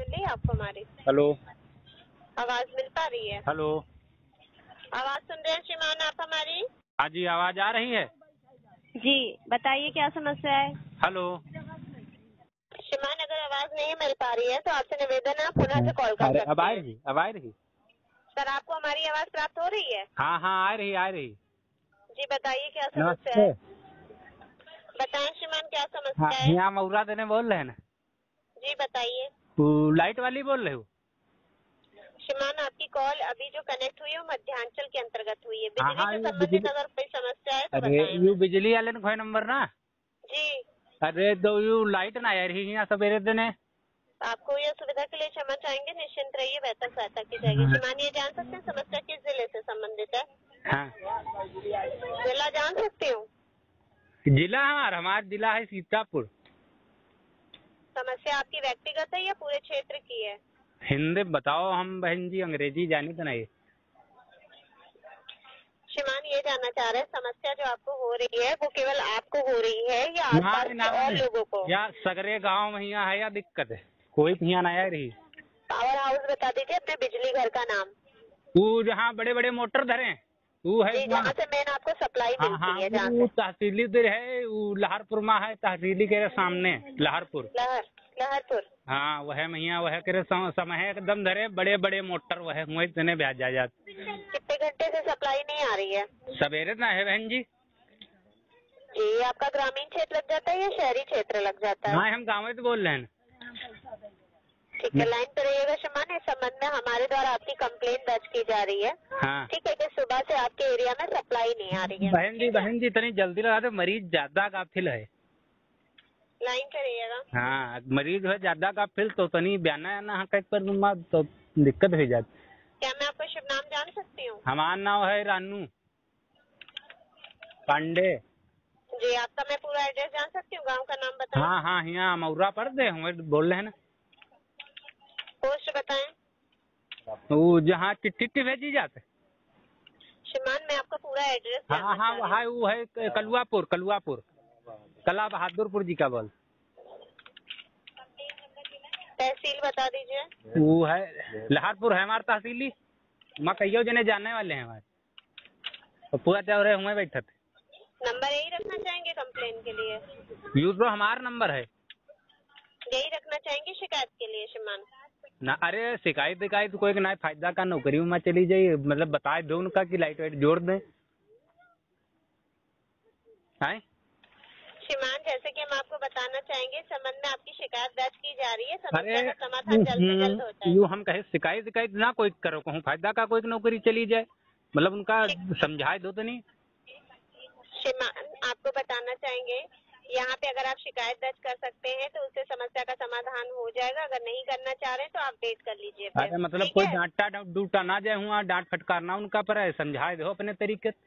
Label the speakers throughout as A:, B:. A: आपको हमारी
B: हेलो
A: आवाज मिल पा रही है
B: हेलो
A: आवाज सुन रहे हैं श्रीमान आप हमारी
B: हाँ जी आवाज आ रही है
C: जी बताइए क्या समस्या है
B: हेलो
A: श्रीमान अगर आवाज नहीं मिल पा रही है तो आपसे निवेदन है आप पुनः से तो कॉल कर
B: अरे
A: सकते
B: अब आ
A: हैं
B: रही अब आ रही
A: सर आपको हमारी आवाज प्राप्त हो रही है
B: हाँ हाँ आ रही आ रही
A: जी बताइए क्या समस्या
B: नमस्ते
A: है बताएं श्रीमान क्या
B: हाँ
A: समस्या है
B: यहाँ मऊरा देने बोल रहे हैं ना
A: जी बताइए
B: वो लाइट वाली बोल रहे हो
A: तो श्रीमान आपकी कॉल अभी जो कनेक्ट हुई है वो मध्यांचल के अंतर्गत हुई है
B: हाँ,
A: बिजली
B: हाँ,
A: से
B: ये
A: संबंधित
B: बिजली-
A: अगर कोई समस्या है तो
B: अरे
A: बताएं
B: यू बिजली वाले ने खोए नंबर ना
A: जी
B: अरे दो यू लाइट ना आ रही यहाँ सवेरे देने
A: आपको यह सुविधा के लिए क्षमा चाहेंगे निश्चिंत रहिए बेहतर सहायता की जाएगी श्रीमान ये जान सकते हैं समस्या किस जिले से संबंधित है
B: हाँ
A: जिला जान सकती हूँ
B: जिला हमारा हमारा जिला है सीतापुर
A: समस्या आपकी व्यक्तिगत है या पूरे क्षेत्र की है
B: हिंदी बताओ हम बहन जी अंग्रेजी जाने तो नहीं
A: श्रीमान ये जानना चाह रहे हैं समस्या जो आपको हो रही है वो केवल आपको हो रही है या आसपास
B: यहाँ
A: के और लोगों को
B: यार सगरे गांव में यहाँ है या दिक्कत है कोई भी यहाँ ना आ रही
A: पावर हाउस बता दीजिए अपने बिजली घर का नाम
B: वो जहाँ बड़े बड़े मोटर धरे हैं, वो है
A: जी
B: वहाँ।
A: जहाँ से मेन आपको सप्लाई
B: हाँ हाँ
A: मिलती है जहाँ
B: वो
A: से
B: तहसीली दर है वो लहरपुर में है तहसीली के सामने लहरपुर
A: लहर लहरपुर
B: हाँ वह महिया वह करे सम- समय एकदम धरे बड़े बड़े मोटर वह हुए तने ब्याज जा जात
A: कितने घंटे से सप्लाई नहीं आ रही है
B: सवेरे ना है बहन जी
A: जी आपका ग्रामीण क्षेत्र लग जाता है या शहरी क्षेत्र लग जाता है
B: हाँ हम गाँव से बोल रहे हैं
A: ठीक है लाइन पे रहिएगा श्रीमान इस संबंध में हमारे द्वारा आपकी कंप्लेंट दर्ज की जा रही है
B: हाँ
A: ठीक है कि सुबह से आपके एरिया में सप्लाई नहीं आ रही है
B: बहन जी बहन जी इतनी जल्दी लगा दो मरीज ज्यादा काफिल है
A: लाइन पे रहिएगा
B: हाँ मरीज है ज्यादा काफिल तो तनी बयाना आना कहीं पर नुमा तो दिक्कत हो जाती
A: क्या मैं आपका शुभ नाम जान सकती हूँ
B: हमारा नाम है रानू पांडे
A: जी आपका मैं पूरा एड्रेस जान सकती हूँ गांव का नाम बताएं
B: हाँ हाँ यहाँ मऊरा पड़ दे हम बोल रहे हैं ना
A: पोस्ट बताएं
B: वो जहाँ चिट्ठी उट्ठी भेजी जाते
A: श्रीमान मैं आपका पूरा एड्रेस
B: हाँ
A: जानना
B: हाँ
A: चाह रही हूँ।
B: वहाँ वो है क- कलुआपुर कलुआपुर कला बहादुरपुर जी का बोल
A: तहसील बता दीजिए
B: वो है लहारपुर है हमारा तहसीली माँ कहियो जने जाने वाले हैं हमारे तो पूरा चौरे हुए बैठे थे
A: नंबर यही रखना चाहेंगे कंप्लेन के लिए
B: यू तो हमारा नंबर है
A: यही रखना चाहेंगे शिकायत के लिए श्रीमान
B: ना अरे शिकायत विकायत कोई के ना फायदा का नौकरी में चली जाइए मतलब बता दो उनका कि लाइट वाइट जोड़ दें हैं
A: श्रीमान जैसे कि हम आपको बताना चाहेंगे इस संबंध में आपकी शिकायत दर्ज की जा रही है
B: अरे
A: समस्या
B: हम्म,
A: का समाधान जल्द से जल्द हो जाए
B: यू हम कहे शिकायत शिकायत ना कोई करो कहूँ फायदा का कोई नौकरी चली जाए मतलब उनका समझाए दो तो नहीं
A: श्रीमान आपको बताना चाहेंगे यहाँ पे अगर आप शिकायत दर्ज कर सकते हैं तो उससे समस्या का समाधान हो जाएगा अगर नहीं करना चाह रहे हैं तो आप वेट कर लीजिए फिर।
B: अरे मतलब
A: ठीक
B: कोई
A: है?
B: डांटा डा- डूटा ना जाए हुआ डांट फटकारना उनका पर है समझाए दो अपने तरीके से।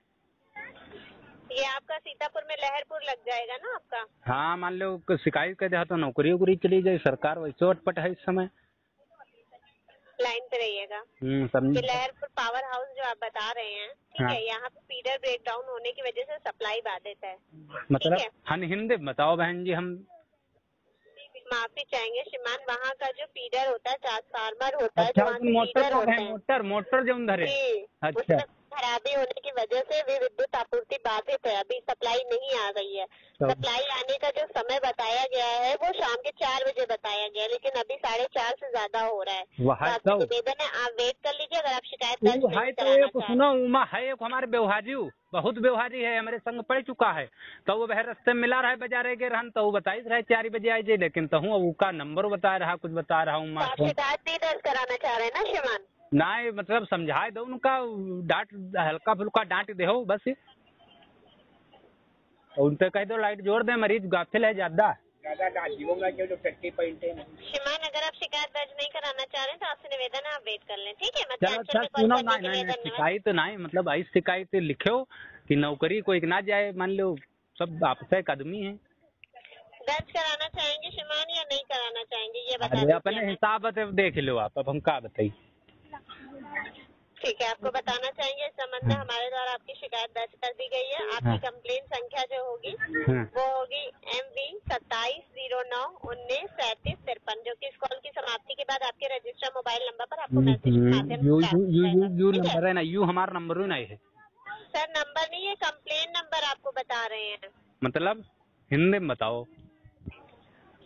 A: ये आपका सीतापुर में लहरपुर लग जाएगा ना आपका
B: हाँ मान लो कि शिकायत कर दे तो नौकरी वोकरी चली जाए सरकार वैसे अटपट है इस समय
A: लाइन पे रहिएगा
B: हम्म,
A: ये
B: समझ
A: लहरपुर पावर हाउस जो आप बता रहे हैं ठीक
B: हाँ।
A: है यहाँ पे फीडर ब्रेकडाउन होने की वजह से सप्लाई बाधित है
B: मतलब
A: ठीक है।
B: हम हिंदी बताओ बहन जी हम
A: माफी चाहेंगे श्रीमान वहाँ का जो फीडर होता है ट्रांसफार्मर होता है
B: अच्छा
A: जो वहाँ के
B: मोटर
A: फीडर
B: तो
A: होते
B: है
A: हैं
B: मोटर मोटर जो उधर है
A: जी
B: अच्छा।
A: उसमें खराबी होने की वजह से भी विद्युत आपूर्ति बाधित है अभी सप्लाई नहीं आ गई है
B: तो-
A: सप्लाई आने का जो समय बताया गया है वो शाम के चार बजे बताया गया है लेकिन अभी साढ़े चार से ज्यादा हो रहा है
B: वह है
A: आपसे
B: तो।
A: निवेदन है आप वेट कर लीजिए अगर आप शिकायत दर्ज
B: वो है
A: नहीं
B: तो
A: कराना
B: एक
A: चाह रहे
B: सुनो उमा है एक हमारे व्यवहारी बहुत व्यवहारी है हमारे संग पड़ चुका है तो वो वह रास्ते में मिला रहा है बाजार के रहन तो वो बताई रहा है चार बजे आई जाए लेकिन तो हूँ उसका नंबर बता रहा कुछ बता रहा हूँ
A: तो आप
B: माँ
A: शिकायत नहीं दर्ज कराना चाह रहे ना श्रीमान
B: ना ये मतलब समझाए दो उनका डांट हल्का फुल्का डांट दे हो बस और उनसे कह दो लाइट जोड़ दे मरीज गाफिल है ज्यादा
A: श्रीमान अगर आप शिकायत दर्ज नहीं कराना चाह रहे हैं तो आपसे निवेदन है आप वेट कर लें ठीक है मतलब
B: चलो
A: मध्यांचल
B: अच्छा
A: में कॉल
B: सुनो ना
A: करने के लिए धन्यवाद
B: ना ना, शिकायत ना है मतलब आई शिकायत लिखो कि नौकरी कोई ना जाए मान लो सब आपसे एक आदमी है
A: दर्ज कराना चाहेंगे श्रीमान या नहीं कराना चाहेंगे ये बता
B: अरे अपने
A: दीजिए हमें।
B: हिसाब से देख लो आप अब हम का बताइए
A: ठीक है आपको बताना चाहेंगे इस संबंध में
B: हाँ।
A: हमारे द्वारा आपकी शिकायत दर्ज कर दी गई है
B: हाँ।
A: आपकी कंप्लेन संख्या जो होगी
B: हाँ।
A: वो होगी एम वी सत्ताईस जीरो नौ उन्नीस सैंतीस तिरपन जो कि इस कॉल की समाप्ति के बाद आपके रजिस्टर मोबाइल नंबर पर आपको
B: हम्म,
A: मैसेज के माध्यम
B: यू
A: से
B: यू यू
A: प्राप्त
B: यू यू
A: होगा, ठीक है?
B: नंबर है ना यू हमारा नंबर ही नहीं है
A: सर नंबर नहीं है कंप्लेन नंबर आपको बता रहे हैं
B: मतलब हिंदी में बताओ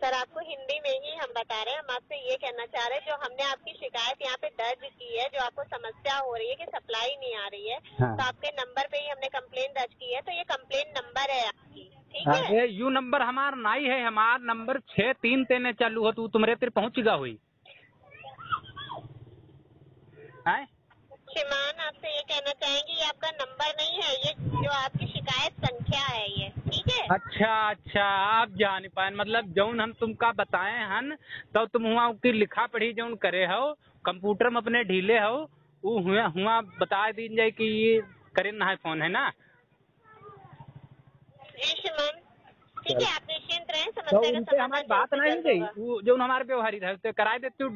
A: सर आपको हिंदी में ही हम बता रहे हैं हम आपसे ये कहना चाह रहे हैं जो हमने आपकी शिकायत यहाँ पे दर्ज की है जो आपको समस्या हो रही है कि सप्लाई नहीं आ रही है
B: हाँ।
A: तो आपके नंबर पे ही हमने कंप्लेन दर्ज की है तो ये कंप्लेन नंबर है आपकी ठीक है
B: अरे यू नंबर हमारा नहीं है हमारा नंबर छः तीन तेने चालू हो तू तुम्हारे तिर पहुंचेगा हुई हैं
A: श्रीमान आपसे ये कहना चाहेंगे ये आपका नंबर नहीं है ये जो आपकी शिकायत संख्या है ये ठीक है
B: अच्छा अच्छा आप जान पाए मतलब जौन हम तुमका बताए हन तब तुम हुआ की लिखा पढ़ी जौन करे हो कंप्यूटर में अपने ढीले हो ऊ हुआ हुआ बता दीन जाए कि ये करे ना है फोन है ना
A: जी श्रीमान ठीक है आप निश्चिंत रहें समस्या
B: तो
A: का
B: उनसे
A: समाधान
B: हमारी बात
A: जल्द से
B: नहीं
A: जल्द
B: गई
A: होगा।
B: वो जो हमारे व्यवहारिक है उससे कराए देते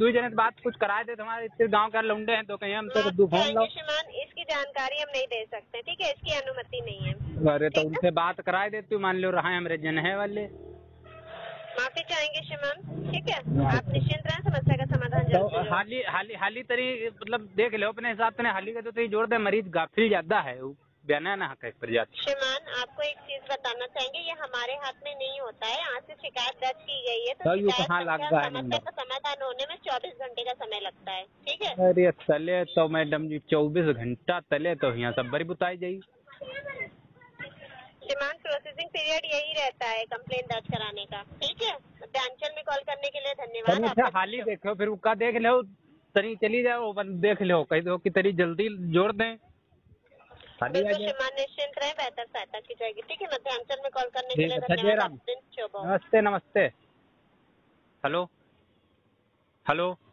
B: दो जने से बात कुछ कराए देते हमारे इतने गांव के लौंडे हैं तो कहीं हम तो
A: माफ
B: दू फोन
A: करेंगे
B: लाओ
A: श्रीमान हाँ, इसकी जानकारी हम नहीं दे सकते ठीक है इसकी अनुमति नहीं है
B: अरे तो
A: ठीक है।
B: उनसे बात कराए देती मान लो रहा है हमारे जन है वाले
A: माफी चाहेंगे श्रीमान ठीक है आप निश्चिंत रहें समस्या का समाधान
B: तो
A: जल्द से जल्द
B: हाली हाली हाली तरी मतलब देख लो अपने हिसाब से हाली का तो तरी जोड़ दे मरीज गाफिल ज्यादा है वो बयाना ना हक पर जाती
A: श्रीमान आपको एक चीज बताना चाहेंगे ये हमारे हाथ में नहीं होता है यहाँ से शिकायत दर्ज की गई है
B: तो
A: तो
B: ये
A: शिकायत संख्या
B: कहाँ लगा है
A: समस्या
B: नंबर?
A: का समाधान होने में 24 घंटे का समय लगता है ठीक है
B: अरे तले तो मैडम जी चौबीस घंटा तले तो यहाँ सब बड़ी बुताई जाई
A: श्रीमान प्रोसेसिंग पीरियड यही रहता है कंप्लेन दर्ज कराने का ठीक है मध्यांचल में कॉल करने के लिए धन्यवाद
B: तनी अच्छा
A: आपका
B: हाली देखो फिर उसका देख लो तनी चली जाओ बन देख लो कही दो कि तरी जल्दी जोड़ दें हाली आ
A: बिल्कुल
B: जाए
A: श्रीमान निश्चिंत रहें बेहतर सहायता की जाएगी ठीक है मध्यांचल में कॉल करने के
B: ठीक
A: लिए
B: है, सर, जय
A: धन्यवाद
B: राम। हाँ,
A: आप दिन शुभ हो
B: नमस्ते नमस्ते हेलो हेलो